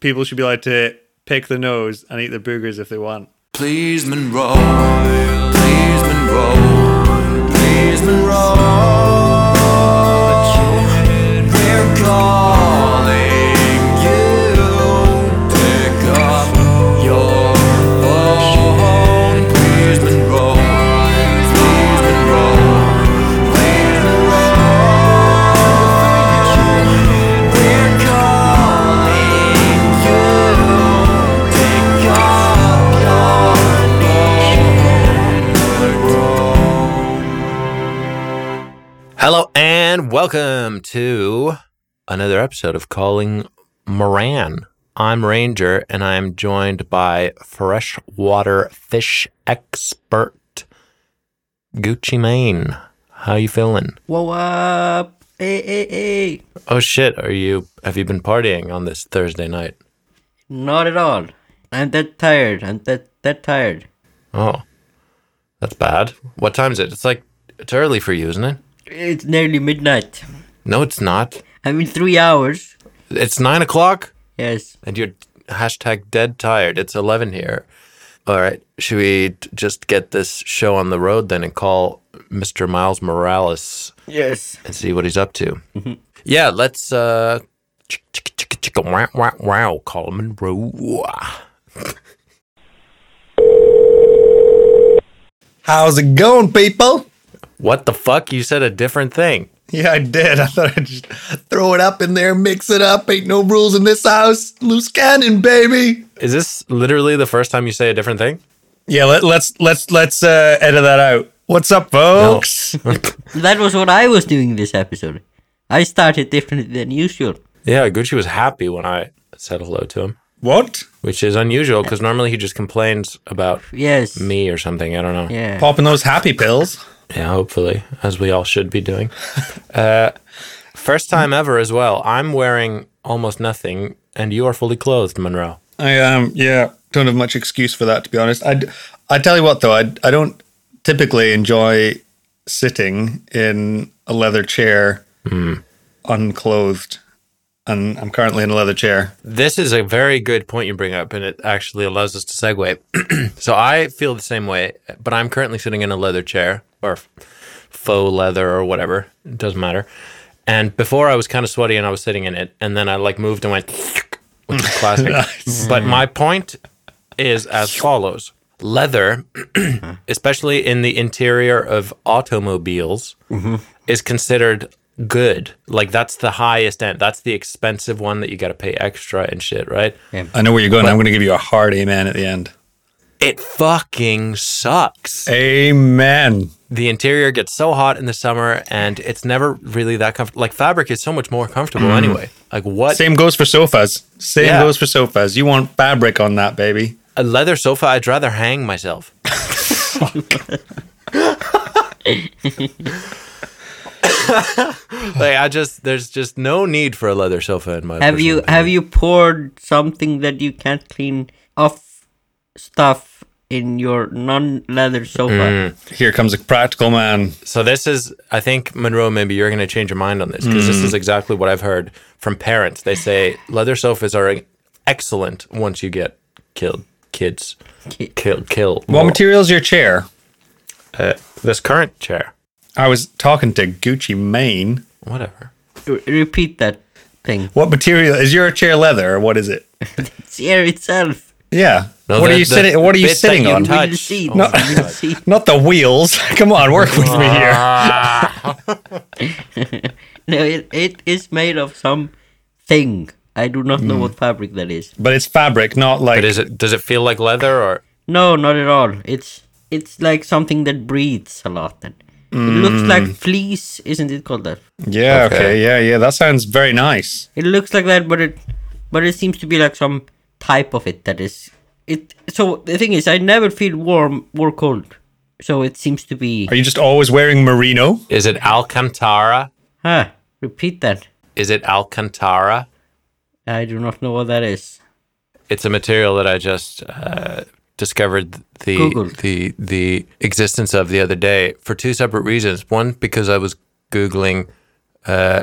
people should be allowed to pick the nose and eat the boogers if they want. Please Monroe, please Monroe, please Monroe. We're calling you. Pick up your phone, please Monroe, please Monroe, please Monroe. We're calling you. Pick up your Hello and welcome to another episode of Calling Moran. I'm Ranger and I'm joined by freshwater fish expert Gucci Mane. How you feeling? Whoa up. Hey, hey, hey. Oh shit, are you have you been partying on this Thursday night? Not at all. I'm that tired. I'm that, that tired. Oh. That's bad. What time is it? It's like it's early for you, isn't it? It's nearly midnight. No, it's not. I mean, three hours. It's nine o'clock. Yes. and you're hashtag dead tired. It's 11 here. All right. Should we t- just get this show on the road then and call Mr. Miles Morales Yes. and see what he's up to? Yeah, let's. uh chick, chick, chick, chick, Wow, wow, wow, call him and roll. How's it going, people? What the fuck? You said a different thing. Yeah, I did. I thought I'd just throw it up in there, mix it up. Ain't no rules in this house. Loose cannon, baby. Is this literally the first time you say a different thing? Yeah, let, let's let's let's uh, edit that out. What's up, folks? That was what I was doing this episode. I started differently than usual. Yeah, Gucci was happy when I said hello to him, What? which is unusual because normally he just complains about Yes. me or something. I don't know. Yeah. Popping those happy pills. Yeah, hopefully, as we all should be doing. Uh, first time ever as well. I'm wearing almost nothing, and you are fully clothed, Monroe. I um yeah, don't have much excuse for that to be honest. I I tell you what though, I I don't typically enjoy sitting in a leather chair unclothed and I'm currently in a leather chair. This is a very good point you bring up, and it actually allows us to segue. so I feel the same way, but I'm currently sitting in a leather chair or f- faux leather or whatever. It doesn't matter. And before I was kind of sweaty and I was sitting in it, and then I like moved and went, which is classic. But my point is as follows leather, especially in the interior of automobiles, is considered good. Like that's the highest end. That's the expensive one that you got to pay extra and shit, right? I know where you're going. I'm going to give you a hard amen at the end. It fucking sucks. Amen. The interior gets so hot in the summer and it's never really that comfortable. Like fabric is so much more comfortable anyway. Like what? Same goes for sofas. Same Yeah. goes for sofas. You want fabric on that, baby. A leather sofa, I'd rather hang myself. like I just there's just no need for a leather sofa in my have you personal have you poured something that you can't clean off stuff in your non-leather sofa? Mm. Here comes a practical man. So this is, I think, Monroe. Maybe you're going to change your mind on this because this is exactly what I've heard from parents. They say leather sofas are e-, excellent once you get killed, kids, Ki- killed, killed. uh, What material's your chair? This current chair, I was talking to Gucci Mane. whatever. R- repeat that thing. What material is your chair leather or what is it? It's here itself. Yeah. No, what the- are you the sitting what are you bit that sitting you on? touch. We will see. No. We will see. Not the wheels. Come on, work with me here. Ah. No, it, it is made of some thing. I do not know what fabric that is. But it's fabric, not like But is it? Does it feel like leather or? No, not at all. It's it's like something that breathes a lot. Then it looks like fleece, isn't it called that? Yeah, okay. Okay. yeah, yeah. That sounds very nice. It looks like that, but it but it seems to be like some type of it that is it. So the thing is, I never feel warm or cold. So it seems to be. Are you just always wearing merino? Is it Alcantara? Huh? Repeat that. Is it Alcantara? I do not know what that is. It's a material that I just uh, discovered the Googled. the the existence of the other day for two separate reasons. One, because I was googling uh,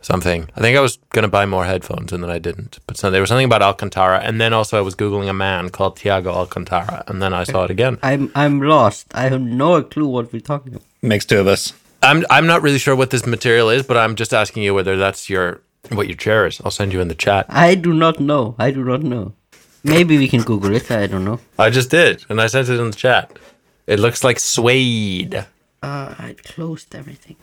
something. I think I was going to buy more headphones and then I didn't. But so there was something about Alcantara. And then also I was Googling a man called Tiago Alcantara. And then I saw it again. I'm I'm lost. I have no clue what we're talking about. Makes two of us. I'm, I'm not really sure what this material is, but I'm just asking you whether that's your what your chair is. I'll send you in the chat. I do not know. I do not know. Maybe we can Google it. I don't know. I just did. And I sent it in the chat. It looks like suede. Uh, I closed everything.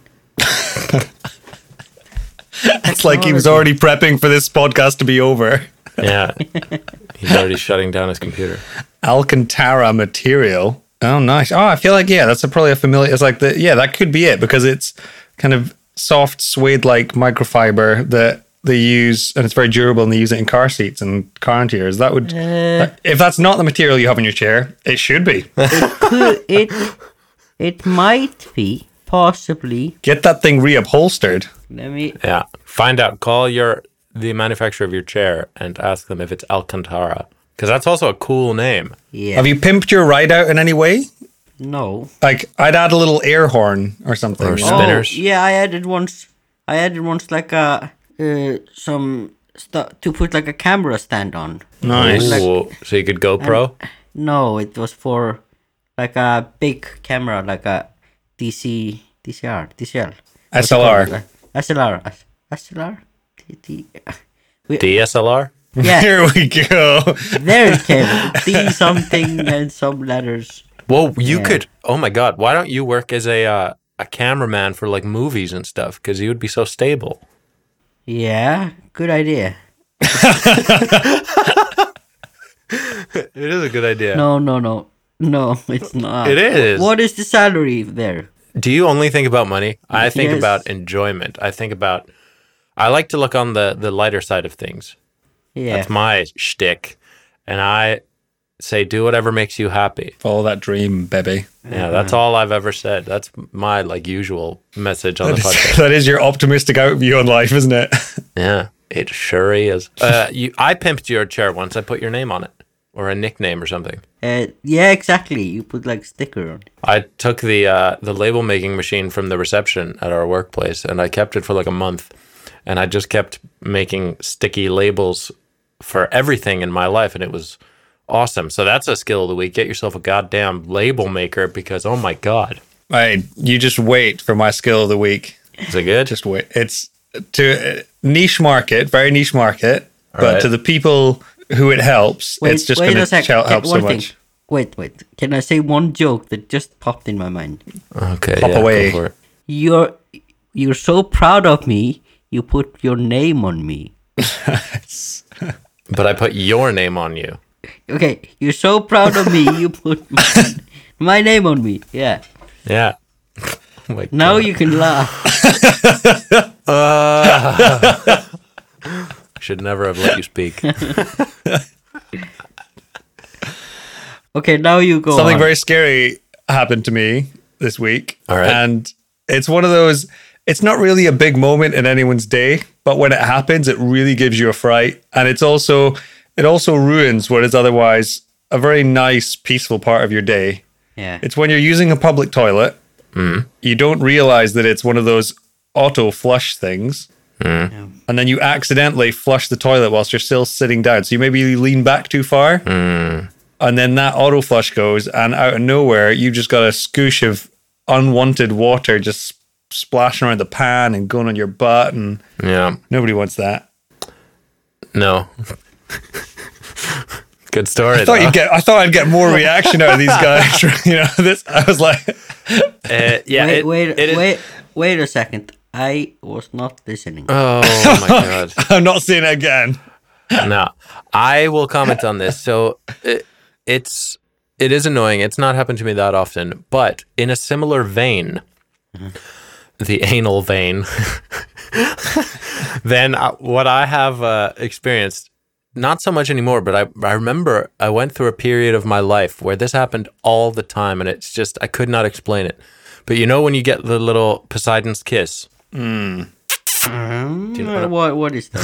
It's like he was already prepping for this podcast to be over. Yeah. He's already shutting down his computer. Alcantara material. Oh, nice. Oh, I feel like yeah, that's a, probably a familiar. It's like the yeah, that could be it because it's kind of soft suede like microfiber that they use, and it's very durable, and they use it in car seats and car interiors. That would Uh, that- if that's not the material you have in your chair, it should be. Could it it might be possibly. Get that thing reupholstered. Let me. Yeah. Find out. Call your the manufacturer of your chair and ask them if it's Alcantara. Because that's also a cool name. Yeah. Have you pimped your ride out in any way? no. Like I'd add a little air horn or something. Or you know? something. Spinners? Oh, yeah, I added once. I added once like a uh, some stuff to put like a camera stand on. Nice. Ooh, so you could GoPro? No, it was for like a big camera, like a DC DCR DCL Uh, SLR. SLR SLR. D- D- we, DSLR? yeah, Here we go. there it came. D something and some letters. Whoa, you Yeah. could. Oh my God. Why don't you work as a uh, a cameraman for like movies and stuff? Because you would be so stable. Yeah, good idea. It is a good idea. No, no, no, no. It's not. It is. What is the salary there? Do you only think about money? I think Yes. about enjoyment. I think about. I like to look on the the lighter side of things. Yeah. That's my shtick, and I say do whatever makes you happy. Follow that dream, baby. Yeah, that's all I've ever said. That's my like usual message on the That is, podcast. that is your optimistic outview on life, isn't it? Yeah, it sure is. Uh, you, I pimped your chair once. I put your name on it or a nickname or something. Uh, yeah, exactly. You put like sticker on. I took the uh, the label making machine from the reception at our workplace, and I kept it for like a month, and I just kept making sticky labels for everything in my life, and it was awesome. So that's a skill of the week. Get yourself a goddamn label maker because oh my god, Hey, you just wait for my skill of the week. is it good? Just wait. It's to uh, niche market, very niche market, but right. to the people who it helps, it's just going to help Uh, so much. Wait, wait. Can I say one joke that just popped in my mind? okay, Pop yeah, go away. for it. You're you're so proud of me. You put your name on me. But I put your name on you. Okay, you're so proud of me. You put my, my name on me. Yeah. Yeah. Oh my Now God. you can laugh. should never have let you speak. Okay, now you go. Something on. very scary happened to me this week. All right. And it's one of those, it's not really a big moment in anyone's day, but when it happens, it really gives you a fright. And it's also, it also ruins what is otherwise a very nice, peaceful part of your day. Yeah. It's when you're using a public toilet, you don't realize that it's one of those auto flush things. And then you accidentally flush the toilet whilst you're still sitting down. So you maybe lean back too far. And then that auto flush goes, and out of nowhere, you've just got a scoosh of unwanted water just splashing around the pan and going on your butt. And yeah. nobody wants that. No. Good story. I thought, though. you'd get, I thought I'd get more reaction out of these guys. you know, this, I was like, Uh, yeah. wait, it- wait, it is- wait, wait a second. I was not listening. Oh my god. I'm not seeing it again. no, I will comment on this. So it, it's it is annoying. It's not happened to me that often, but in a similar vein, the anal vein, then I, what I have uh, experienced. Not so much anymore, but I, I remember I went through a period of my life where this happened all the time, and it's just, I could not explain it. But you know, when you get the little Poseidon's kiss, Mm, what, what is that?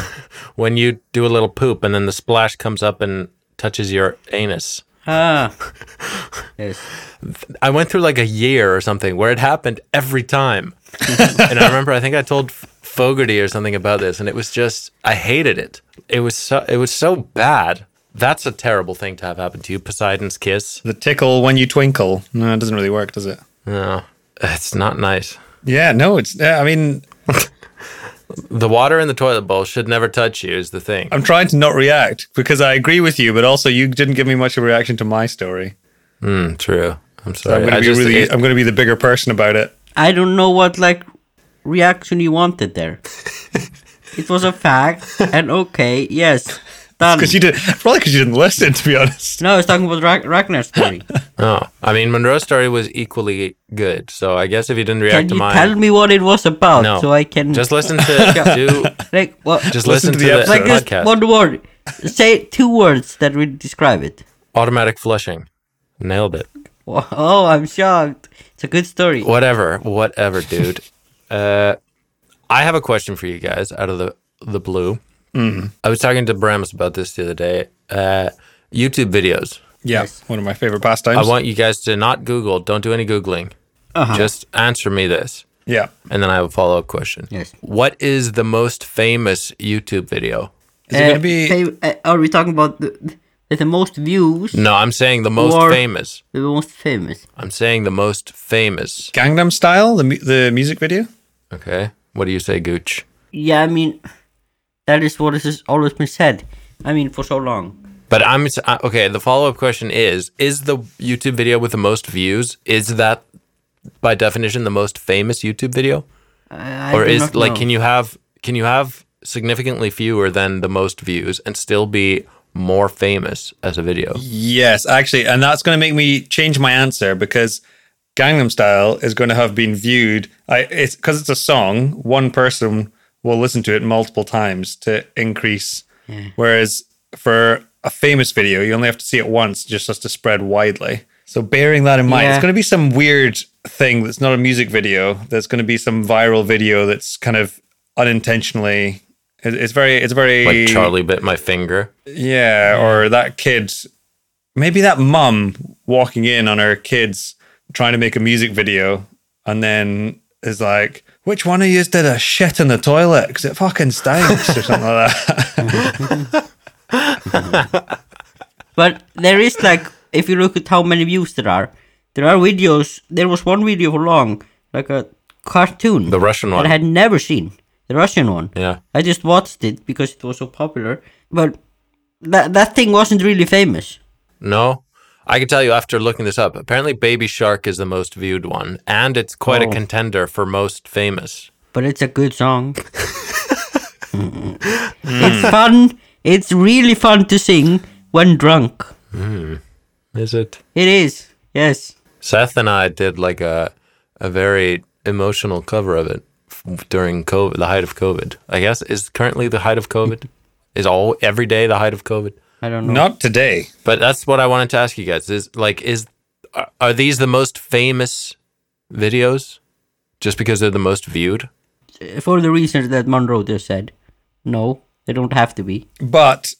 when you do a little poop and then the splash comes up and touches your anus. ah. Yes. I went through like a year or something where it happened every time. and I remember, I think I told F- Fogarty or something about this, and it was just I hated it. It was so it was so bad. That's a terrible thing to have happen to you. Poseidon's kiss. The tickle when you twinkle. No, it doesn't really work, does it? No, it's not nice. Yeah, no, it's. yeah, I mean, The water in the toilet bowl should never touch you. Is the thing. I'm trying to not react because I agree with you, but also you didn't give me much of a reaction to my story. Mm, true. I'm I'm sorry. going to I be just- really. it- I'm going to be the bigger person about it. I don't know what like reaction you wanted there. it was a fact, and okay, yes, done. Because you did probably because you didn't listen, to be honest. No, I was talking about Rag- Ragnar's story. oh, I mean Monroe's story was equally good. So I guess if you didn't react can to you mine, tell me what it was about no, so I can just listen to do. like what? Just listen, to, the, episode. like just podcast. one word. Say two words that will describe it. Automatic flushing. Nailed it. Wha- Oh, I'm shocked. It's a good story. Whatever, whatever, dude. uh, I have a question for you guys out of the the blue. I was talking to Brams about this the other day. Uh, YouTube videos. Yeah, one of my favorite pastimes. I want you guys to not Google. Don't do any googling. Just answer me this, yeah, and then I have a follow up question. Yes. What is the most famous YouTube video? is it Uh, going to be? fav- uh, are we talking about the, the, the most views? No, I'm saying the most Or- famous. The most famous. I'm saying the most famous. Gangnam Style, the mu- the music video. Okay. What do you say, Gooch? Yeah, I mean, that is what has always been said. I mean, for so long. But I'm s- uh, okay. The follow up question is: Is the YouTube video with the most views? Is that by definition the most famous YouTube video, Uh, I, I or do is not like know. can you have can you have significantly fewer than the most views and still be more famous as a video? Yes, actually, and that's going to make me change my answer because Gangnam Style is going to have been viewed. I it's because it's a song. One person will listen to it multiple times to increase. Whereas for a famous video, you only have to see it once, just has to spread widely. So bearing that in mind, Yeah. it's going to be some weird thing that's not a music video. There's going to be some viral video that's kind of unintentionally. it- It's very, it's very Like Charlie bit my finger. yeah, or that kid, maybe that mum walking in on her kids trying to make a music video, and then is like, "Which one of you did a shit in the toilet? Because it fucking stinks," or something like that. But there is like, if you look at how many views there are, there are videos. There was one video for long, like a cartoon. The Russian that one. I had never seen. The Russian one. Yeah. I just watched it because it was so popular. But that that thing wasn't really famous. No. I can tell you after looking this up. Apparently, Baby Shark is the most viewed one, and it's quite Oh. a contender for most famous. But it's a good song. Hmm. It's fun. It's really fun to sing when drunk. Is it? It is. Yes. Seth and I did like a a very emotional cover of it f- during COVID, the height of COVID. I guess is currently the height of COVID. Is all every day the height of COVID? I don't know. Not today. But that's what I wanted to ask you guys. Is like is are, are these the most famous videos? Just because they're the most viewed? For the reasons that Monroe just said. No, they don't have to be. but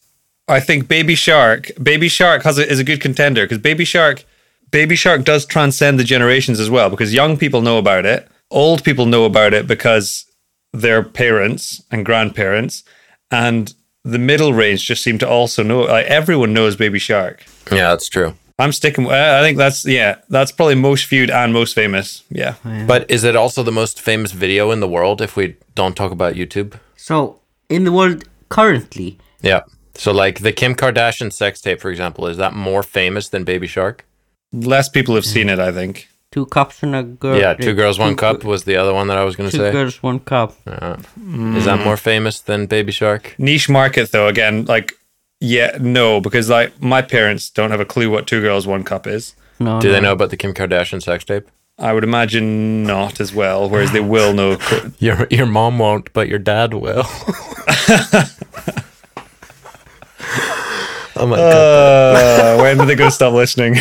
I think Baby Shark, Baby Shark has a, is a good contender because Baby Shark, Baby Shark does transcend the generations as well because young people know about it, old people know about it because their parents and grandparents, and the middle range just seem to also know. Like everyone knows Baby Shark. Yeah, that's true. I'm sticking. I I think that's yeah. That's probably most viewed and most famous. Yeah. But is it also the most famous video in the world if we don't talk about YouTube? So, in the world currently, Yeah. So like the Kim Kardashian sex tape, for example, is that more famous than Baby Shark? Less people have seen it. I think. two cups and a girl. Yeah, two girls, one cup Oh, gir- was the other one that I was going to Two say. girls, one cup. Is that more famous than Baby Shark? niche market though again like yeah no because like my parents don't have a clue what two girls one cup is No. Do no. they know about the Kim Kardashian sex tape? i would imagine not as well whereas they will know Your your mom won't, but your dad will. oh my god. uh, when are they going to stop listening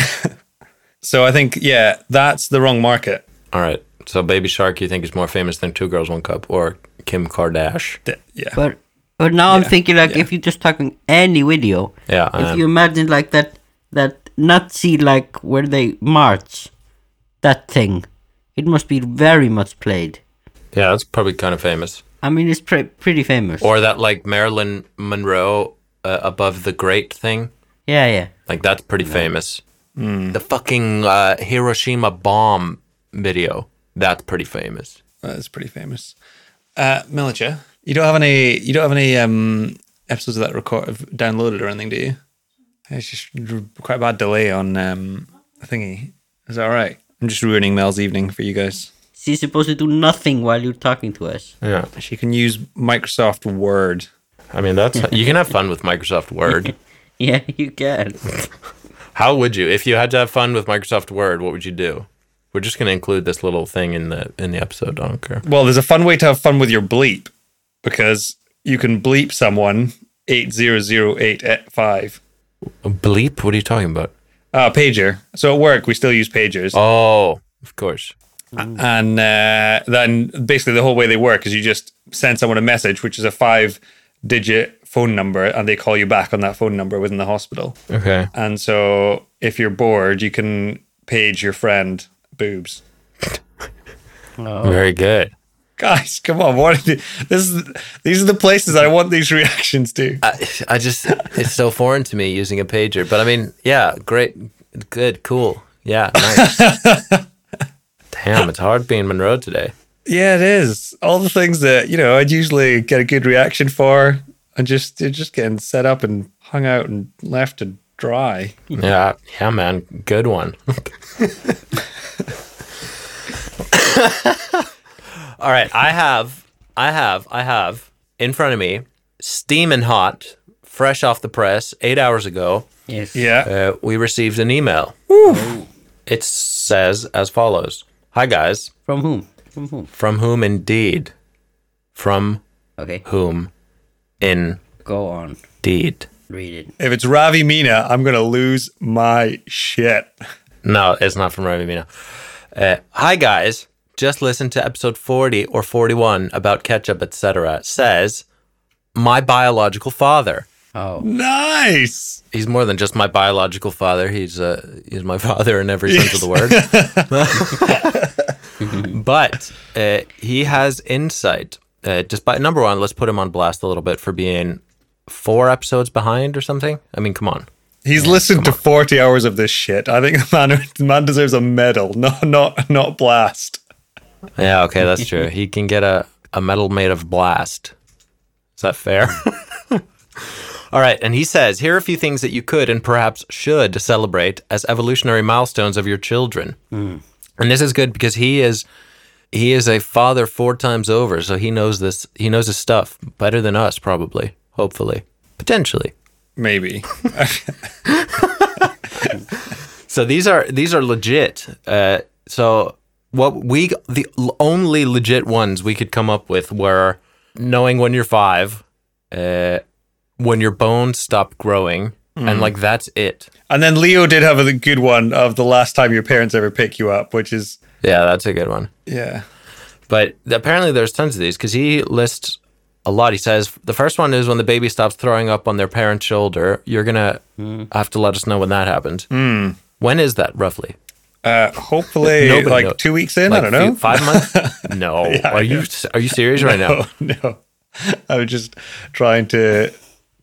so i think yeah that's the wrong market All right. So Baby Shark you think is more famous than Two Girls One Cup or Kim Kardashian? D- yeah But but now I'm thinking like if you're just talking any video, Yeah, um, I if am. you imagine like that that Nazi like where they march, that thing, it must be very much played. Yeah, that's probably kind of famous. I mean, it's pre- pretty famous. or that like Marilyn Monroe uh, above the grate thing. yeah, yeah. Like that's pretty famous. The fucking uh, Hiroshima bomb video. That's pretty famous. That's pretty famous. Uh, Militia, you don't have any. You don't have any um, episodes of that record of downloaded or anything, do you? It's just r- quite a bad delay on um, thingy. Is that all right? I'm just ruining Mel's evening for you guys. She's supposed to do nothing while you're talking to us. Yeah. She can use Microsoft Word. I mean, that's you can have fun with Microsoft Word. Yeah, you can. How would you? If you had to have fun with Microsoft Word, what would you do? We're just going to include this little thing in the in the episode. I don't care. Well, there's a fun way to have fun with your bleep because you can bleep someone eight zero zero eight five. Bleep? What are you talking about? Uh, pager. So at work, we still use pagers. Oh, of course. and uh, then basically the whole way they work is you just send someone a message which is a five digit phone number and they call you back on that phone number within the hospital Okay. and so if you're bored you can page your friend boobs Very good. guys come on what are the- this is these are the places i want these reactions to I, I just it's so foreign to me using a pager. But I mean, yeah, great, good, cool. Yeah, nice. Damn, it's hard being Monroe today. yeah it is all the things that you know i'd usually get a good reaction for and just they're just getting set up and hung out and left to dry Yeah, yeah, man, good one. All right, I have, I have, I have in front of me, steaming hot, fresh off the press, eight hours ago. Yes. yeah Uh, we received an email. It says as follows: Hi guys, From whom? From whom? From whom indeed? From Okay, whom indeed? go on. Read it. If it's Ravi Mina, I'm gonna lose my shit. No, it's not from Ravi Mina. Uh, hi guys, just listened to episode 40 or 41 about ketchup, etc. Says my biological father. Oh. Nice. He's more than just my biological father. He's uh, he's my father in every sense of the word. but uh, he has insight. Uh, despite number one, let's put him on blast a little bit for being four episodes behind or something. I mean, come on. He's listened to 40 hours of this shit. I think the man, the man deserves a medal, not not not blast. Yeah, okay, that's true. He can get a, a medal made of blast. Is that fair? All right, and he says here are a few things that you could and perhaps should celebrate as evolutionary milestones of your children. And this is good because he is he is a father four times over, so he knows this he knows his stuff better than us probably, hopefully, potentially. Maybe. So these are these are legit. Uh, so what we the l- only legit ones we could come up with were knowing when you're five, uh, when your bones stop growing, and like that's it. and then Leo did have a good one of the last time your parents ever pick you up, which is Yeah, that's a good one. yeah. But apparently there's tons of these because he lists a lot. He says the first one is when the baby stops throwing up on their parent's shoulder. You're gonna have to let us know when that happened. When is that roughly? Uh, hopefully, Nobody like knows. two weeks in. Like I don't know. few- five months? No. are you are you serious right now? Oh no, I was just trying to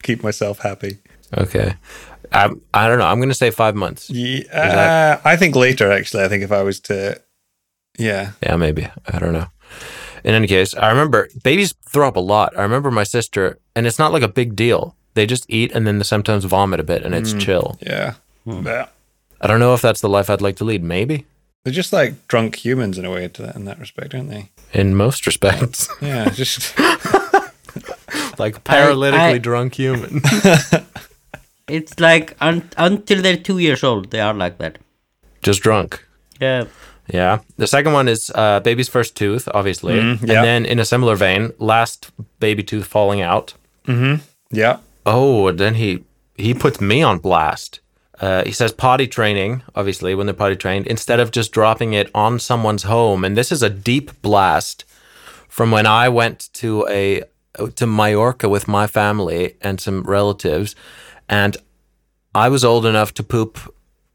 keep myself happy. Okay. I I don't know. I'm gonna say five months. Yeah, uh, I think later. Actually, I think if I was to, yeah. Yeah, maybe. I don't know. In any case, I remember babies throw up a lot. I remember my sister, and it's not like a big deal. They just eat and then they sometimes vomit a bit, and it's chill. Yeah. Hmm. Yeah. I don't know if that's the life I'd like to lead. Maybe They're just like drunk humans in a way to that, in that respect, aren't they? in most respects, Yeah, just like paralytically I- drunk human. It's like un- until they're two years old, they are like that. just drunk. Yeah. Yeah. The second one is uh, baby's first tooth, obviously, yeah. and then in a similar vein, last baby tooth falling out. yeah. Oh, and then he he puts me on blast. Uh, he says potty training, obviously, when they're potty trained, instead of just dropping it on someone's home. And this is a deep blast from when I went to a to Mallorca with my family and some relatives, and I was old enough to poop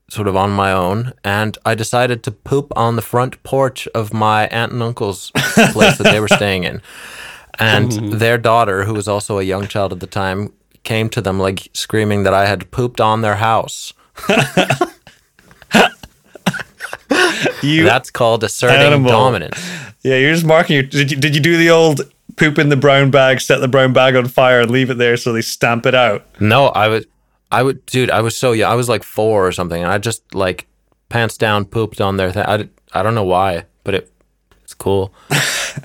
sort of on my own, and I decided to poop on the front porch of my aunt and uncle's place that they were staying in. And Mm-hmm. their daughter, who was also a young child at the time, came to them like screaming that I had pooped on their house. You, That's called asserting Animal. dominance. yeah, you're just marking your. Did you, did you do the old poop in the brown bag, set the brown bag on fire, and leave it there so they stamp it out? No, I was, I would, dude, I was so young. I was like four or something, and I just like pants down, pooped on their thing. I, d- I don't know why, but it, it's cool.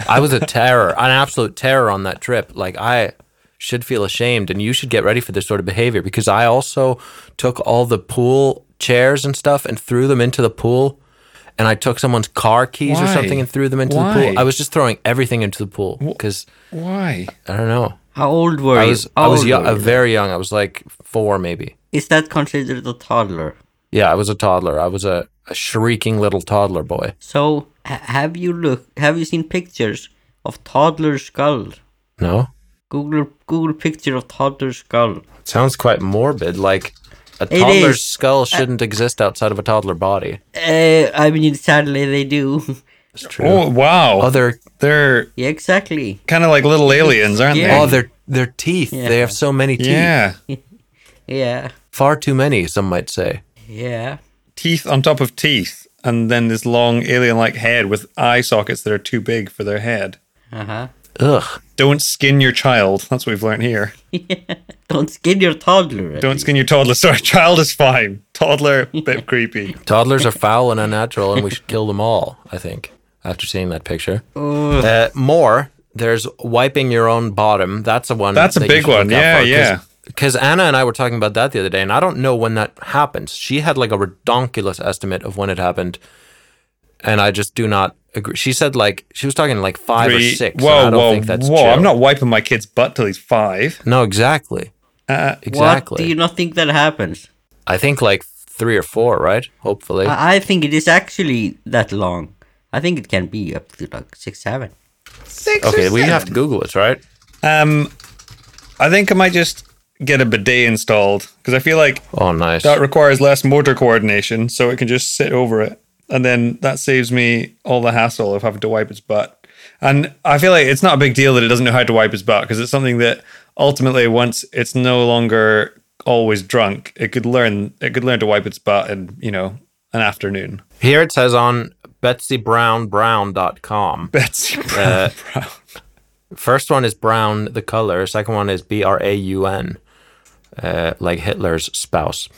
I was a terror, an absolute terror on that trip. Like I should feel ashamed, and you should get ready for this sort of behavior because I also took all the pool chairs and stuff and threw them into the pool. And I took someone's car keys or Why? something and threw them into the Why? pool. I was just throwing everything into the pool because Why? I don't know. How old were I you? was How I was old young, were uh, you? very young. I was like four maybe. Is that considered a toddler? Yeah, I was a toddler. I was a, a shrieking little toddler boy. So ha- have you look? Have you seen pictures of toddler skull? No? Google Google picture of toddler skull. It sounds quite morbid. Like a It toddler's is. skull shouldn't exist outside of a toddler body. Uh, I mean, sadly they do. It's true. Oh wow! Oh, their they're yeah, exactly. kind of like little aliens, aren't Yeah. they? oh their their teeth. Yeah. They have so many teeth. yeah, Yeah, Far too many, some might say. yeah. teeth on top of teeth, and then this long alien-like head with eye sockets that are too big for their head. Uh huh. Ugh. Don't skin your child. That's what we've learned here. Don't skin your toddler. at Don't skin your toddler. Sorry, child is fine. Toddler, bit creepy. Toddlers are foul and unnatural and we should kill them all, I think. After seeing that picture. Ugh. Uh, more, there's wiping your own bottom. That's a one. That's a big one. Yeah, yeah. Because Anna and I were talking about that the other day, and I don't know when that happens. She had like a redonkulous estimate of when it happened, and I just do not agree. She said like she was talking like five or Three- six. and I Whoa, don't whoa, think that's whoa! chill. I'm not wiping my kid's butt till he's five. No, exactly. Uh, exactly. What do you not think that happens? I think like three or four, right? Hopefully. I, I think it is actually that long. I think it can be up to like six, seven. Six. okay, we have to Google this, right? Um, I think I might just get a bidet installed because I feel like Oh, nice. that requires less motor coordination, so it can just sit over it, and then that saves me all the hassle of having to wipe its butt. And I feel like it's not a big deal that it doesn't know how to wipe its butt because it's something that ultimately, once it's no longer always drunk, it could learn. It could learn to wipe its butt in you know an afternoon. Here it says on BetsyBrownBrown.com. Betsy Uh, First one is brown, the color. Second one is B R A U N, uh, like Hitler's spouse.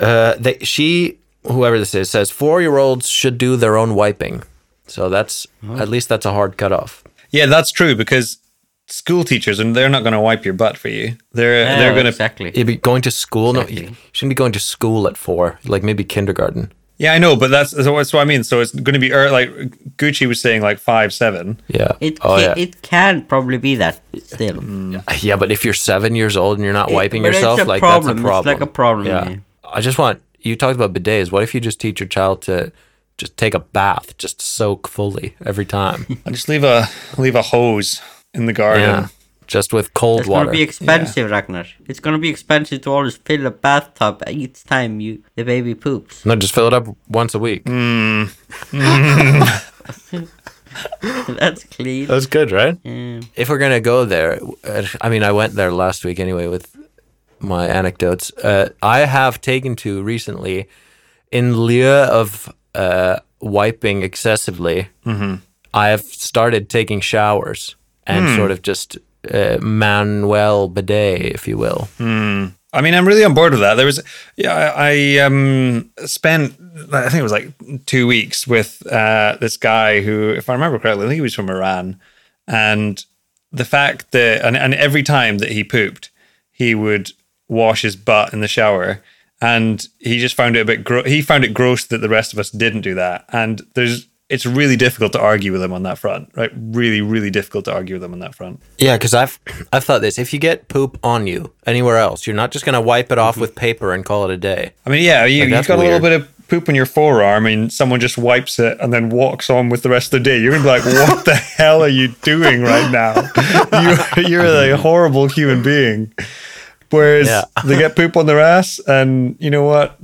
Uh, they, she, whoever this is, says four year olds should do their own wiping. So that's at least that's a hard cutoff. Yeah, that's true because school teachers and they're not going to wipe your butt for you. They're they're Oh, going to exactly. You'd be going to school. No, you Exactly. shouldn't be going to school at four. Like maybe kindergarten. Yeah, I know, but that's that's what that's what I mean. So it's going to be ear- like Gucci was saying like 5 7. Yeah. It oh ca- yeah. it can probably be that still. yeah, but if you're seven years old and you're not It- wiping but it's yourself, a like problem. that's a It's problem. like a problem, Yeah. yeah. I just want you talked about bidets. What if you just teach your child to just take a bath, just soak fully every time? I just leave a leave a hose in the garden. yeah. Just with cold It's water. gonna be expensive, Ragnar. It's gonna be expensive to always fill a bathtub each time you the baby poops. no, just fill it up once a week. That's clean. That's good, right? Yeah. If we're gonna go there, uh, I mean, I went there last week anyway with my anecdotes. Uh, I have taken to recently, in lieu of uh, wiping excessively, I have started taking showers and sort of just uh, manual bidet, if you will. I mean, I'm really on board with that. There was, yeah, I, I um, spent, I think it was like two weeks with uh, this guy who, if I remember correctly, I think he was from Iran. And the fact that, and, and every time that he pooped, he would wash his butt in the shower. And he just found it a bit, gro- he found it gross that the rest of us didn't do that. And there's, it's really difficult to argue with him on that front, right? Really, really difficult to argue with him on that front. Yeah, because I've I've thought this: if you get poop on you anywhere else, you're not just gonna wipe it off with paper and call it a day. I mean, yeah, you, Like, you've that's got a little weird. bit of poop on your forearm and someone just wipes it and then walks on with the rest of the day. You're going to be like, what the hell are you doing right now? You're, you're a horrible human being. Whereas Yeah. they get poop on their ass and you know what?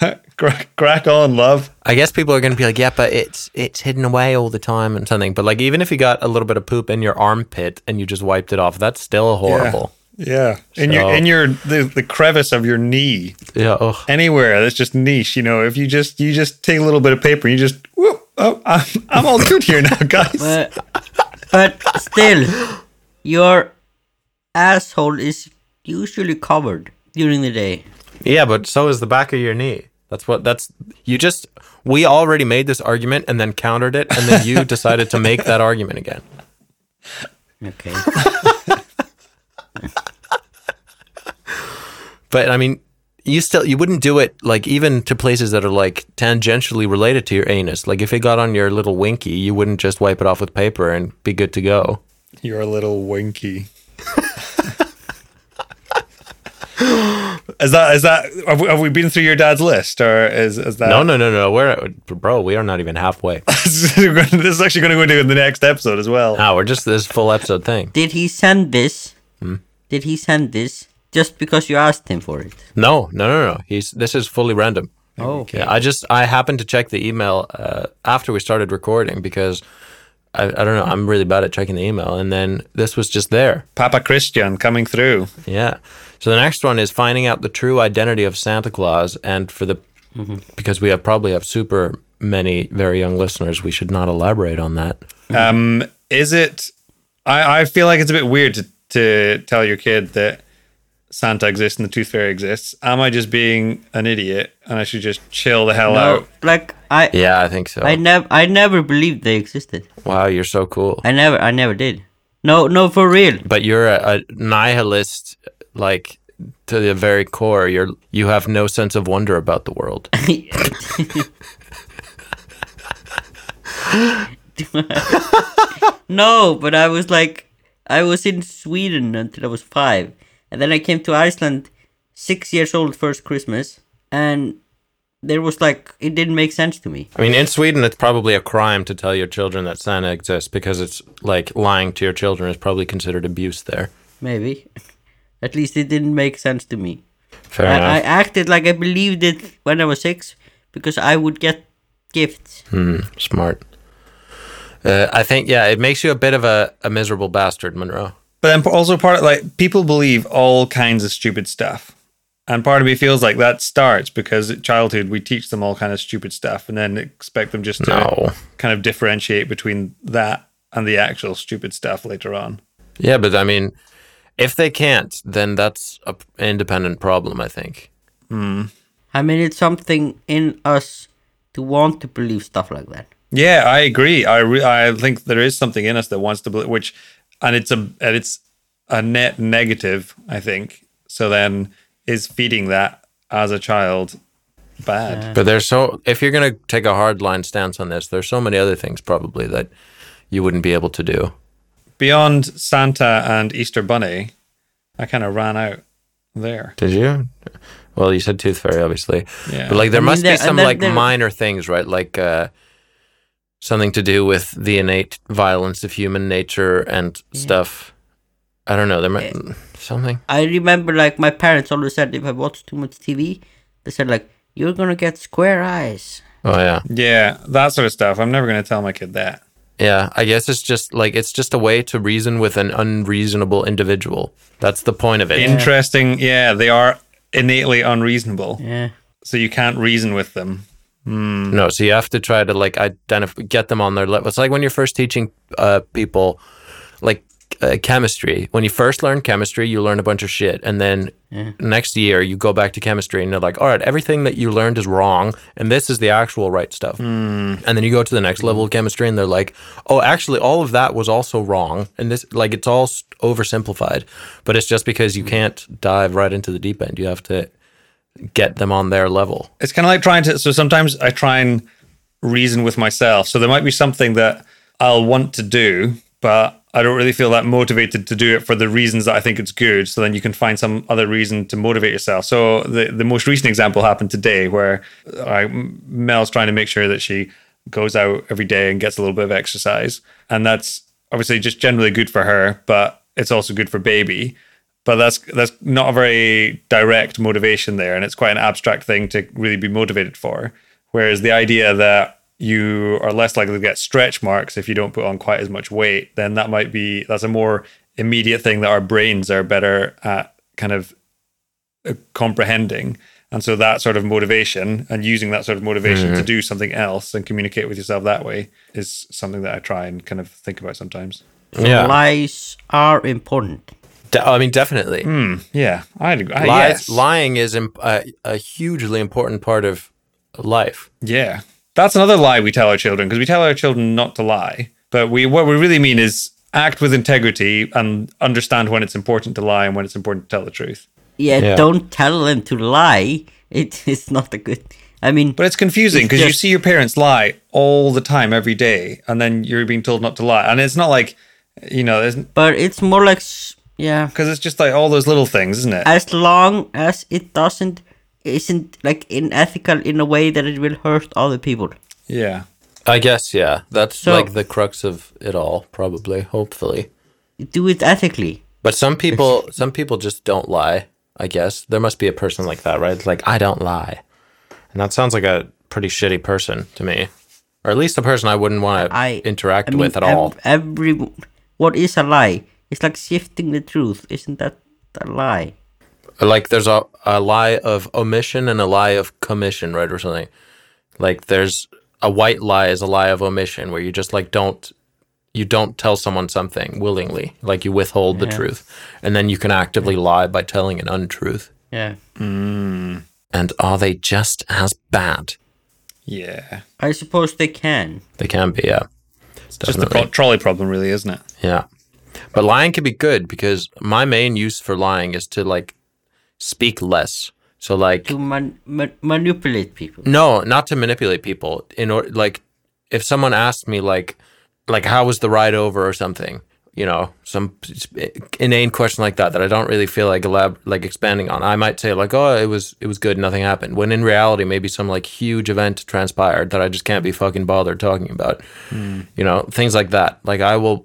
Crack, crack on, love. I guess people are going to be like, yeah, but it's it's hidden away all the time and something. But like, even if you got a little bit of poop in your armpit and you just wiped it off, that's still horrible. Yeah. In your in your the, the crevice of your knee. Yeah. ugh. Anywhere that's just niche, you know. If you just you just take a little bit of paper and you just whoop, oh, I'm, I'm all good here now, guys. Uh, But, but still, your asshole is usually covered during the day. Yeah, but so is the back of your knee. That's what. That's you just. We already made this argument and then countered it, and then you decided to make that argument again. Okay. But I mean, you still you wouldn't do it like even to places that are like tangentially related to your anus. Like if it got on your little winky, you wouldn't just wipe it off with paper and be good to go. You're a little winky. is that is that have we, have we been through your dad's list or is is that No, no, no, no. We're bro. We are not even halfway. this is actually going to go into the next episode as well. No, we're just this full episode thing. Did he send this? Hmm? Did he send this just because you asked him for it? No, no, no, no. He's this is fully random. Oh, Yeah, I just I happened to check the email uh, after we started recording because I, I don't know. I'm really bad at checking the email, and then this was just there. Papa Christian coming through. Yeah. So the next one is finding out the true identity of Santa Claus, and for the because we have probably have super many very young listeners, we should not elaborate on that. Um, is it? I, I feel like it's a bit weird to, to tell your kid that Santa exists and the Tooth Fairy exists. Am I just being an idiot and I should just chill the hell out? Like I, Uh, Yeah, I think so. I never, I never believed they existed. wow, you're so cool. I never, I never did. No, no, for real. but you're a, a nihilist, like to the very core. You're you have no sense of wonder about the world. no, but I was like, I was in Sweden until I was five, and then I came to Iceland, six years old, first Christmas, and there was like, it didn't make sense to me. I mean, in Sweden, it's probably a crime to tell your children that Santa exists because it's like lying to your children is probably considered abuse there. Maybe, at least it didn't make sense to me. Fair enough. I, I acted like I believed it when I was six because I would get gifts. Hmm. Smart. Uh, I think yeah, it makes you a bit of a, a miserable bastard, Monroe. But then also part of like people believe all kinds of stupid stuff. And part of me feels like that starts because at childhood we teach them all kind of stupid stuff and then expect them just to No. kind of differentiate between that and the actual stupid stuff later on. Yeah, but I mean, if they can't, then that's a p- independent problem. I think. I mean, it's something in us to want to believe stuff like that. Yeah, I agree. I re- I think there is something in us that wants to believe, which, and it's a and it's a net negative. I think so. Then is feeding that as a child bad? But there's so if you're gonna take a hard line stance on this, there's so many other things probably that you wouldn't be able to do. Beyond Santa and Easter Bunny, I kind of ran out there. Did you? Well, you said tooth fairy, obviously. Yeah. But like, there I mean, must there- be some there- like there- minor things, right? Like uh, something to do with the innate violence of human nature and stuff. I don't know. There might Eh. something. I remember, like, my parents always said if I watched too much TV, they said, like, you're gonna get square eyes. Oh yeah, Yeah, that sort of stuff. I'm never going to tell my kid that. yeah. I guess it's just like it's just a way to reason with an unreasonable individual. That's the point of it. Interesting. Yeah, they are innately unreasonable, Yeah. so you can't reason with them. No, so you have to try to like identify, get them on their level. It's like when you're first teaching uh, people, like uh, chemistry. When you first learn chemistry, you learn a bunch of shit, and then next year you go back to chemistry, and they're like, "All right, everything that you learned is wrong, and this is the actual right stuff." And then you go to the next level of chemistry, and they're like, "Oh, actually, all of that was also wrong," and this like it's all s- oversimplified, but it's just because you can't dive right into the deep end. You have to get them on their level. it's kind of like trying to so sometimes i try and reason with myself so there might be something that i'll want to do but i don't really feel that motivated to do it for the reasons that i think it's good so then you can find some other reason to motivate yourself so the, the most recent example happened today where I, mel's trying to make sure that she goes out every day and gets a little bit of exercise and that's obviously just generally good for her but it's also good for baby But that's that's not a very direct motivation there, and it's quite an abstract thing to really be motivated for. Whereas the idea that you are less likely to get stretch marks if you don't put on quite as much weight, then that might be that's a more immediate thing that our brains are better at kind of uh, comprehending. And so that sort of motivation and using that sort of motivation to do something else and communicate with yourself that way is something that I try and kind of think about sometimes. Yeah. Lies are important. De- I mean, definitely. Yeah, I'd agree. Uh, I, Lies, yes. Lying is imp- a, a hugely important part of life. Yeah. That's another lie we tell our children because we tell our children not to lie. But we what we really mean is act with integrity and understand when it's important to lie and when it's important to tell the truth. Yeah, Yeah. don't tell them to lie. It is not a good. I mean, But it's confusing It's because you just- see your parents lie all the time every day and then you're being told not to lie. And it's not like, you know, because but it's more like s- yeah. it's just like all those little things, isn't it? As long as it doesn't isn't like unethical in a way that it will hurt other people. yeah. I guess, yeah. That's So- like the crux of it all, probably, hopefully. Do it ethically. But some people, some people just don't lie. I guess there must be a person like that, right? It's Like I don't lie, and that sounds like a pretty shitty person to me, or at least a person I wouldn't want I to interact I mean, with at ev- all. Every what is a lie? It's like shifting the truth. Isn't that a lie? Like there's a, a lie of omission and a lie of commission, right, or something. Like there's a white lie is a lie of omission, where you just like don't you don't tell someone something willingly, like you withhold the truth, and then you can actively lie by telling an untruth, Yeah. and are they just as bad? Yeah. I suppose they can. They can be, yeah. Just the pro- trolley problem, really, isn't it? Yeah. But lying can be good because my main use for lying is to like speak less. So like To man- ma- manipulate people. no, not to manipulate people. In order like if someone asked me like like how was the ride over or something, you know, some inane question like that that I don't really feel like elab- like expanding on. I might say like oh, it was it was good, nothing happened. When in reality maybe some like huge event transpired that I just can't be fucking bothered talking about. You know, things like that. Like I will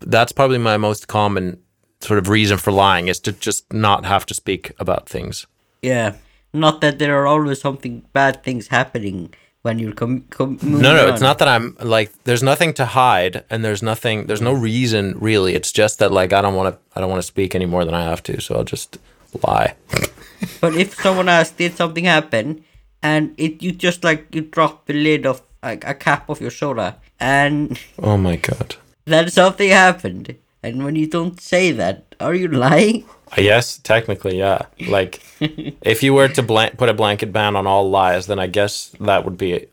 that's probably my most common sort of reason for lying is to just not have to speak about things. Yeah. Not that there are always something bad things happening when you're com- com- No, no, it's not that I'm like there's nothing to hide and there's nothing there's no reason really. It's just that like I don't want to I don't want to speak any more than I have to, so I'll just lie. But if someone asks, did something happen, and it you just like you drop the lid of like a cap of your soda, and Oh my god. then something happened, and when you don't say that, are you lying? I guess technically, yeah. Like if you were to blan- put a blanket ban on all lies, then I guess that would be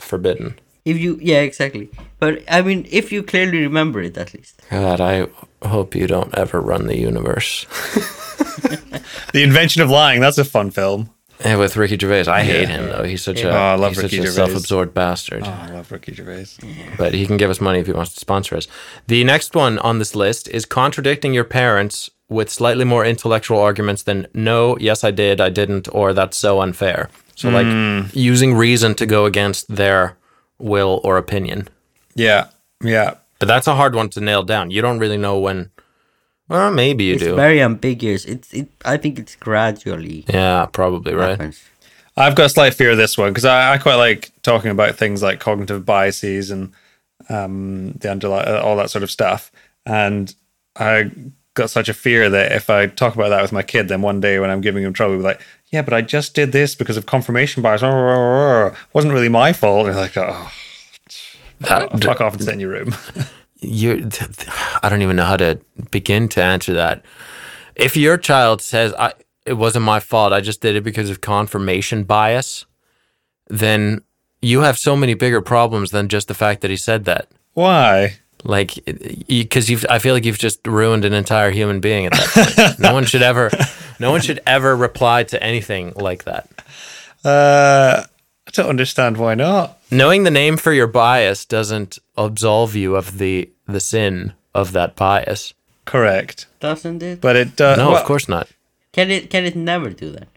forbidden. If you yeah exactly. But I mean, if you clearly remember it at least. God, I hope you don't ever run the universe. The Invention of Lying. That's a fun film. Yeah, with Ricky Gervais, I hate him though. He's such a, Oh, I love he's such Ricky a Gervais. self-absorbed bastard. Oh, I love Ricky Gervais. But he can give us money if he wants to sponsor us. The next one on this list is contradicting your parents with slightly more intellectual arguments than "No, yes, I did, I didn't," or "That's so unfair." So, like using reason to go against their will or opinion. Yeah. Yeah. But that's a hard one to nail down. You don't really know when. Well, maybe you It's do. very ambiguous. It's it. I think it's gradually yeah, probably right. happens. I've got a slight fear of this one because I, I quite like talking about things like cognitive biases and um, the underli- uh, all that sort of stuff. And I got such a fear that if I talk about that with my kid, then one day when I'm giving him trouble, he'll be like, "Yeah, but I just did this because of confirmation bias. Wasn't really my fault." And you're like, "Oh, That- fuck off and sit in your room." you i don't even know how to begin to answer that if your child says i it wasn't my fault i just did it because of confirmation bias then you have so many bigger problems than just the fact that he said that Why? like because you've i feel like you've just ruined an entire human being at that point no one should ever no one should ever reply to anything like that Uh, I don't understand why not. knowing the name for your bias doesn't absolve you of the the sin of that bias Correct, Doesn't it? but it does. no Uh, well, of course not can it can it never do that?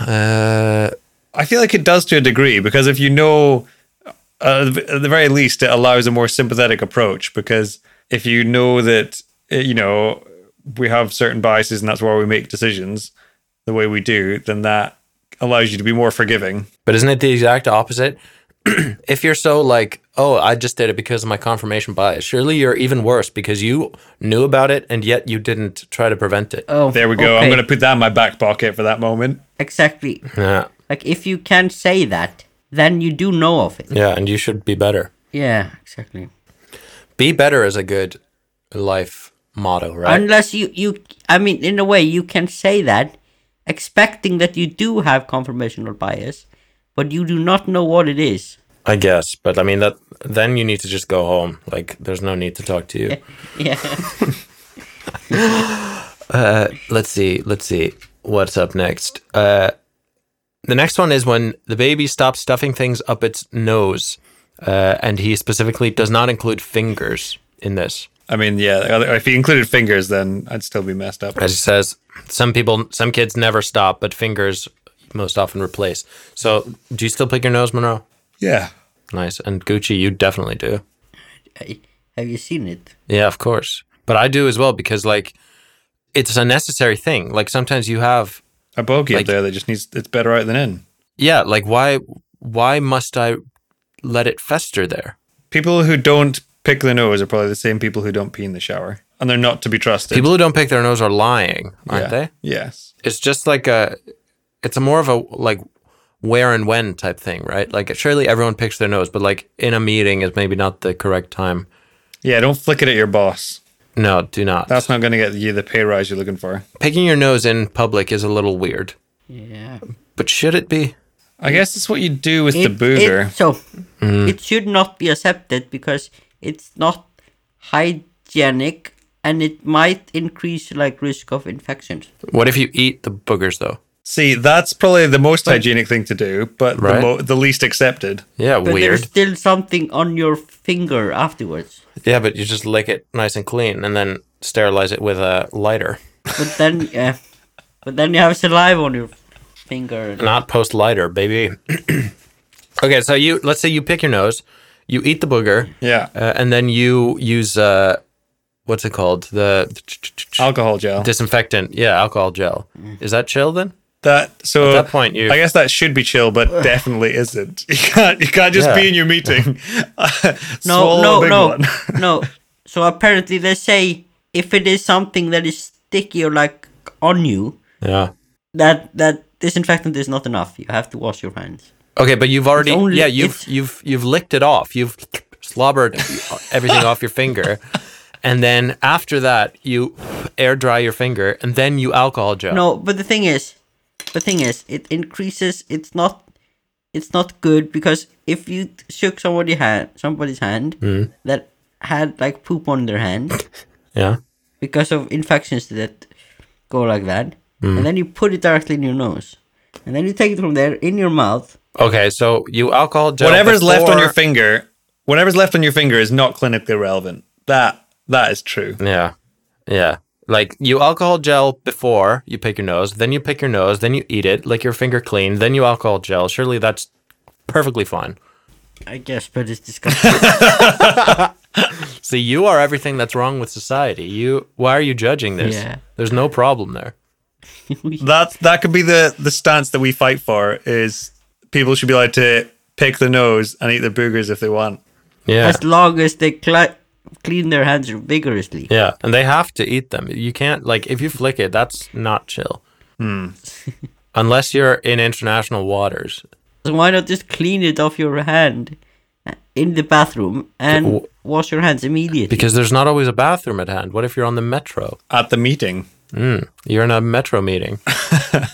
Uh, I feel like it does to a degree because if you know, uh, at the very least, it allows a more sympathetic approach because if you know that, uh, you know, we have certain biases and that's why we make decisions the way we do, then that allows you to be more forgiving. But isn't it the exact opposite? if you're so like, oh, I just did it because of my confirmation bias, surely you're even worse because you knew about it and yet you didn't try to prevent it. Oh, There we go. I'm okay. going to put that in my back pocket for that moment. exactly. Yeah. Like if you can say that, then you do know of it. Yeah. And you should be better. Yeah, exactly. Be better is a good life motto, right? Unless you you, I mean, in a way, you can say that, expecting that you do have confirmational bias, but you do not know what it is. I guess. But I mean, that then you need to just go home. Like, there's no need to talk to you. Yeah. let's see let's see what's up next uh the next one is when the baby stops stuffing things up its nose uh and he specifically does not include fingers in this I mean, yeah, if you included fingers, then I'd still be messed up. as he says some people some kids never stop but fingers most often replace so do you still pick your nose monroe Yeah. nice and gucci you definitely do have you seen it? Yeah, of course. But I do as well because like it's a necessary thing. Like sometimes you have A bogey Like- up there that just needs, it's better out than in. yeah, like why why must I let it fester there? People who don't pick their nose are probably the same people who don't pee in the shower. And they're not to be trusted. People who don't pick their nose are lying, yeah. aren't they? Yes. It's just like a it's a more of a like where and when type thing, right? Like surely everyone picks their nose, but like in a meeting is maybe not the correct time. Yeah, don't flick it at your boss. No, do not. That's not going to get you the pay rise you're looking for. Picking your nose in public is a little weird. Yeah. But should it be? Mm. I guess it's what you do with the It- boozer. Mm-hmm. It, so it should not be accepted because it's not hygienic and it might increase like risk of infections. What if you eat the boogers though? See, that's probably the most hygienic thing to do, but the, Right. mo- the least accepted. Yeah, But weird. there's still something on your finger afterwards. Yeah, but you just lick it nice and clean and then sterilize it with a lighter. But then yeah. But then you have saliva on your finger. Not post lighter, baby. okay, so you let's say you pick your nose, you eat the booger, Yeah. uh, and then you use uh, what's it called? The Alcohol gel. disinfectant. Yeah, alcohol gel. Is that chill then? that so At that point, you- I guess that should be chill, but definitely isn't. You can't you can't just Yeah. be in your meeting. No, Swallow a no, big no, one. no. So apparently they say if it is something that is sticky or like on you, Yeah. that that disinfectant is not enough. You have to wash your hands. Okay, but you've already It's only- yeah you've it's- you've you've licked it off. You've slobbered everything off your finger, and then after that you air dry your finger, and then you alcohol gel. No, but the thing is, the thing is, it increases. It's not, it's not good because if you t- shook somebody hand, somebody's hand Mm. that had like poop on their hand Yeah. because of infections that go like that, Mm. and then you put it directly in your nose, and then you take it from there in your mouth. Okay, so you alcohol gel. Whatever's left on your before- finger, whatever's left on your finger is not clinically relevant. That that is true. Yeah, yeah. Like you alcohol gel before you pick your nose, then you pick your nose, then you eat it, lick your finger clean, then you alcohol gel. Surely that's perfectly fine. I guess, but it's disgusting. See, you are everything that's wrong with society. You, why are you judging this? Yeah. There's no problem there. That that could be the the stance that we fight for is people should be allowed to pick their nose and eat their boogers if they want. Yeah, as long as they cl- clean their hands vigorously. yeah. And they have to eat them. You can't like if you flick it, that's not chill. Unless you're in international waters, So why not just clean it off your hand uh, in the bathroom and w- wash your hands immediately? because there's not always a bathroom at hand. What if you're on the metro? At the meeting. You're in a metro meeting.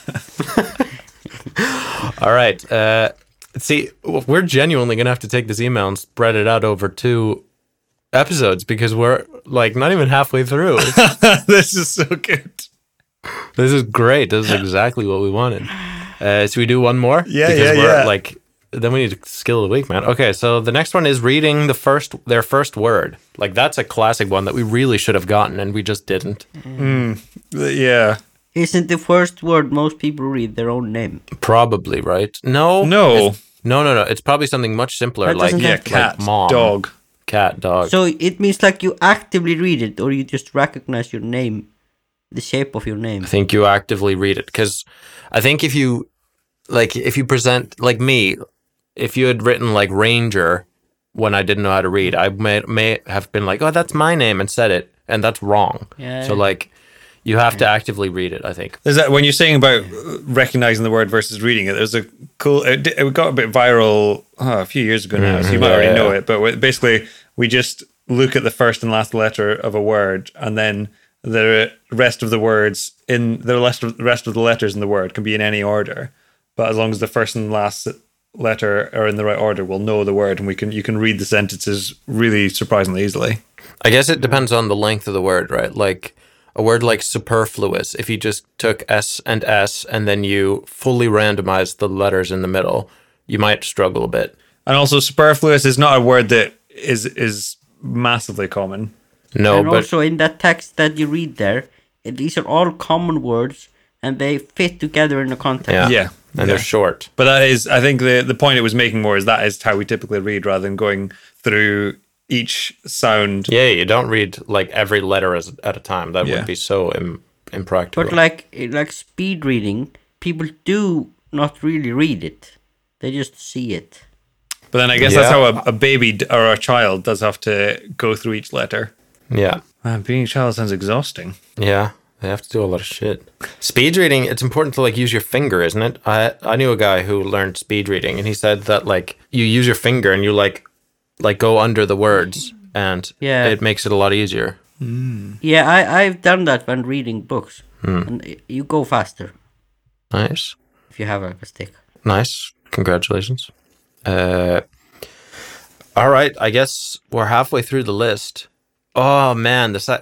All right. Uh, see, we're genuinely gonna have to take this email and spread it out over two episodes because we're like not even halfway through. this is so good. this is great. This is exactly what we wanted. Uh, should we do one more? Yeah, because yeah, we're, yeah. Like then we need skill of the week, man. Okay, so the next one is reading the first their first word. Like that's a classic one that we really should have gotten and we just didn't. Yeah. Isn't the first word most people read their own name? Probably right. No, No. It's- no, no, no. It's probably something much simpler, That like doesn't Yeah, have- like cat, mom, dog. cat, dog. So it means like you actively read it or you just recognize your name the shape of your name. I think you actively read it because I think if you like if you present like me, if you had written like Ranger when I didn't know how to read, I may may have been like, oh, that's my name and said it, and that's wrong. Yeah. So like, you have to actively read it. I think. Is that when you're saying about uh, recognizing the word versus reading it? There's a cool. It, di- it got a bit viral uh, a few years ago now, so you might yeah, already Mm-hmm. yeah. know it. But we- basically, we just look at the first and last letter of a word, and then the rest of the words in the rest of, rest of the letters in the word can be in any order, but as long as the first and last letter are in the right order, we'll know the word, and we can you can read the sentences really surprisingly easily. I guess it depends on the length of the word, right? Like a word like superfluous, if you just took S and S and then you fully randomized the letters in the middle, you might struggle a bit. And also, superfluous is not a word that is is massively common. No, and Oh, but also in that text that you read there, it, these are all common words and they fit together in the context. yeah. Yeah, And they're yeah. short. But that is, I think the the point it was making more is that is how we typically read rather than going through each sound. Yeah, you don't read like every letter as, at a time. That Yeah. would be so Im- impractical. But like eh, like speed reading, people do not really read it; they just see it. But then I guess that's Yeah. how a, a baby d- or a child does have to go through each letter. yeah. Man, being a child sounds exhausting. Yeah, they have to do a lot of shit. Speed reading, it's important to like use your finger, isn't it? I I knew a guy who learned speed reading and he said that like you use your finger and you like like go under the words and Yeah. it makes it a lot easier. Yeah, I I've done that when reading books, Hmm. and y- you go faster Nice. if you have a stick. Nice. Congratulations. Uh All right, I guess we're halfway through the list. Oh man, this All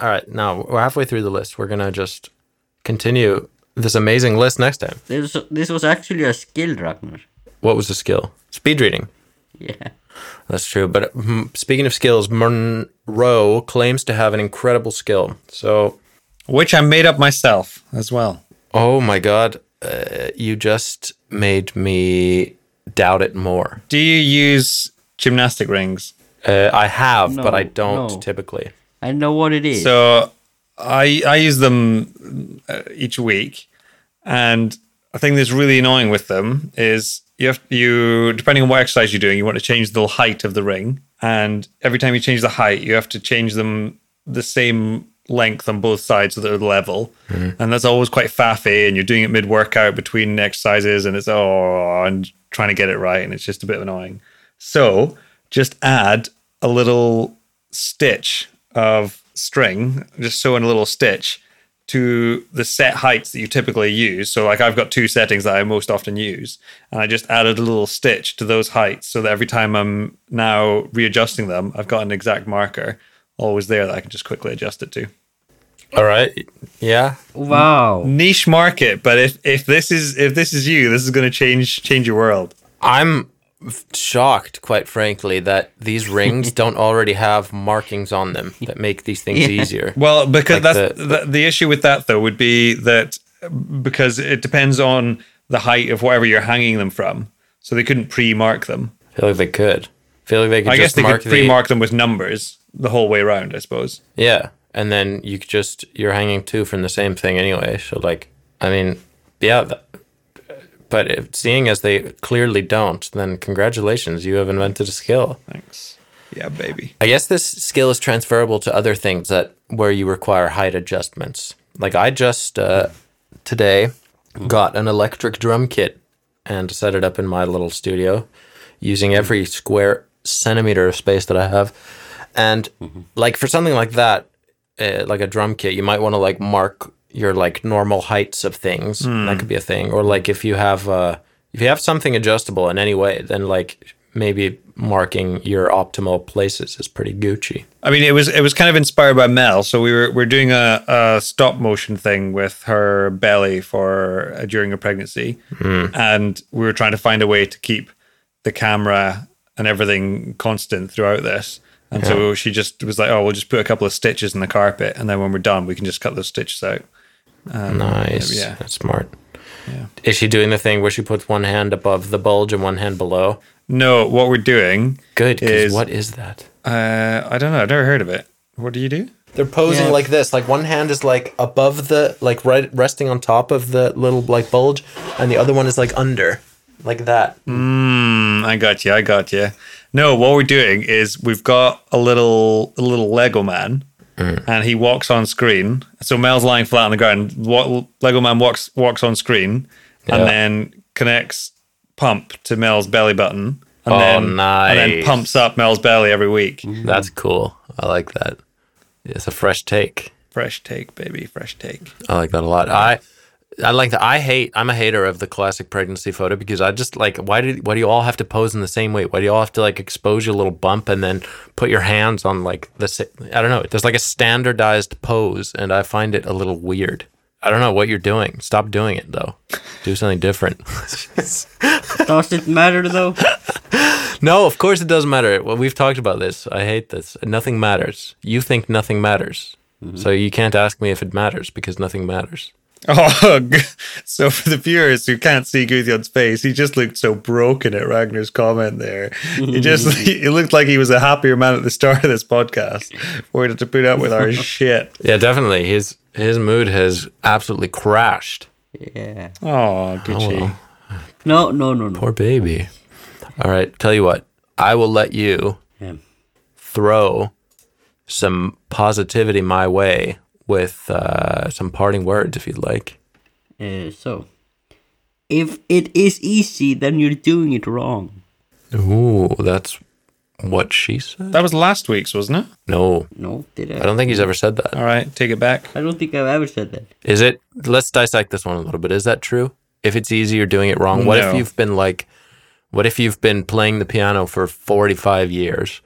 right, now we're halfway through the list. We're going to just continue this amazing list next time. This this was actually a skill, Ragnar. What was the skill? Speed reading. Yeah, That's true. But mm, speaking of skills, Monroe claims to have an incredible skill. So, Which I made up myself as well. oh my God, uh, you just made me doubt it more. Do you use gymnastic rings? Uh, I have, but I No, don't no. typically. I know what it is. So I I use them uh, each week, and I think that's really annoying with them is you have you depending on what exercise you're doing, you want to change the height of the ring, and every time you change the height, you have to change them the same length on both sides so they're level, and that's always quite faffy, and you're doing it mid workout between exercises, and it's oh and trying to get it right, and it's just a bit annoying. So just add a little stitch of string, just sew in a little stitch to the set heights that you typically use. So, like, I've got two settings that I most often use, and I just added a little stitch to those heights so that every time I'm now readjusting them, I've got an exact marker always there that I can just quickly adjust it to. All right. Yeah. wow, Niche market, but if if this is if this is you, this is going to change change your world. I'm f- shocked, quite frankly, that these rings don't already have markings on them that make these things Yeah. easier. Well, because Like that's the, the, issue with that though would be that because it depends on the height of whatever you're hanging them from, so they couldn't pre-mark them. I feel like they could. I feel like they could I guess just they mark could the- pre-mark them with numbers the whole way around, I suppose. Yeah, and then you could just you're hanging two from the same thing anyway. So like, I mean, yeah, th- but if, seeing as they clearly don't, then congratulations, you have invented a skill. Thanks. Yeah, baby. I guess this skill is transferable to other things that where you require height adjustments. Like I just uh, today got an electric drum kit and set it up in my little studio, using every square centimeter of space that I have. And like for something like that, uh, like a drum kit, you might want to like mark your like normal heights of things. That could be a thing. Or like if you have uh, if you have something adjustable in any way, then like maybe marking your optimal places is pretty Gucci. I mean, it was it was kind of inspired by Mel. So we were we are doing a, a stop motion thing with her belly for uh, during her pregnancy, and we were trying to find a way to keep the camera and everything constant throughout this. And so she just was like, "Oh, we'll just put a couple of stitches in the carpet, and then when we're done, we can just cut those stitches out." Um, Nice. yeah. That's smart. Is she doing the thing where she puts one hand above the bulge and one hand below? No, what we're doing Good. 'cause Is- what is that? Uh, I don't know. I've never heard of it. What do you do? They're posing Yeah. like this. Like one hand is like above the like right resting on top of the little like bulge, and the other one is like under, like that. Mm, I got you. I got you. No, what we're doing is we've got a little a little Lego man, Mm. and he walks on screen. So Mel's lying flat on the ground. Wa- Lego man walks walks on screen, Yeah. and then connects pump to Mel's belly button, and Oh, then and then nice. Mm. pumps up Mel's belly every week. That's cool. I like that. It's a fresh take. Fresh take, baby. Fresh take. I like that a lot. I I like that. I hate. I'm a hater of the classic pregnancy photo because I just like why do why do you all have to pose in the same way? Why do you all have to like expose your little bump and then put your hands on like the sa- I don't know. There's like a standardized pose, and I find it a little weird. I don't know what you're doing. Stop doing it though. Do something different. Does it matter though? no, of course it does matter. Well, we've talked about this. I hate this. Nothing matters. You think nothing matters. So you can't ask me if it matters because nothing matters. Oh, g- so for the viewers who can't see Gudjon's face, he just looked so broken at Ragnar's comment there. He just he looked like he was a happier man at the start of this podcast. We had to put up with our shit. Yeah, definitely. His his mood has absolutely crashed. Yeah. Oh, Gucci. well. No, no, no, no. Poor baby. All right, tell you what. I will let you Yeah. throw some positivity my way with uh, some parting words if you'd like. Uh, so, if it is easy, then you're doing it wrong. Ooh, that's what she said. That was last week's, wasn't it? No, No, did I? I don't think he's ever said that. All right, take it back. I don't think I've ever said that. Is it? Let's dissect this one a little bit. Is that true? If it's easy, you're doing it wrong. What if No. you've been like, what if you've been playing the piano for 45 years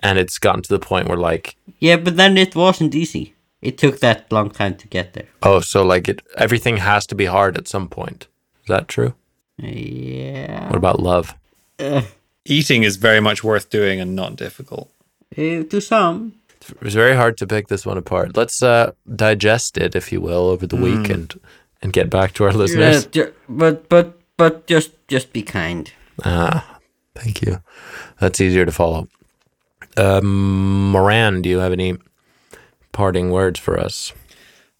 and it's gotten to the point where like, Yeah, but then it wasn't easy. It took that long time to get there. oh, so like it, everything has to be hard at some point. Is that true? Uh, yeah. What about love? Uh, Eating is very much worth doing and not difficult. uh, to some. It's very hard to pick this one apart. Let's uh, digest it, if you will, over the week and, and get back to our Yeah, listeners. ju- but but but just just be kind. Ah, thank you. That's easier to follow. Um, Moran, do you have any parting words for us?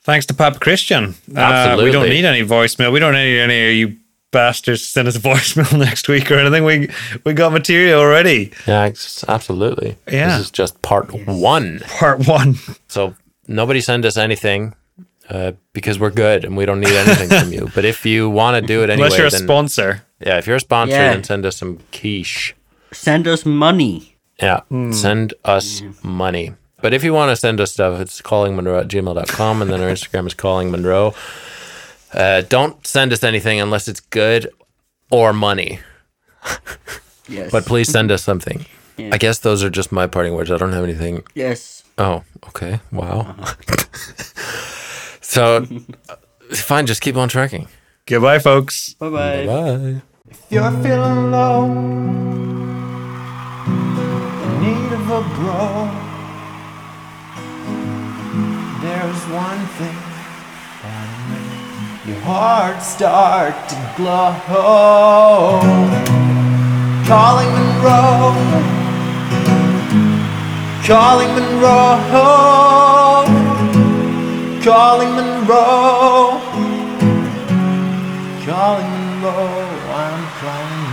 Thanks to Papa Christian. Uh, we Absolutely. don't need any voicemail. We don't need any of you bastards to send us a voicemail next week or anything. We we got material already. Yeah, it's- absolutely. Yeah. This is just part one. Part one. So nobody send us anything uh, because we're good and we don't need anything from you. But if you want to do it anyway, Unless you're a then, sponsor. yeah, if you're a sponsor, Yeah. then send us some quiche. Send us money. Yeah. Send us money. But if you want to send us stuff, it's callingmonroe at gmail.com. And then our Instagram is callingmonroe. Uh, don't send us anything unless it's good or money. Yes. But please send us something. I guess those are just my parting words. I don't have anything. yes. Oh, okay. Wow. so, uh, fine. Just keep on tracking. Goodbye, folks. Bye bye. Bye. You're feeling low, in need of a bro. There's one thing that makes your heart start to glow. Calling Monroe, calling Monroe, calling Monroe. Calling low, I'm calling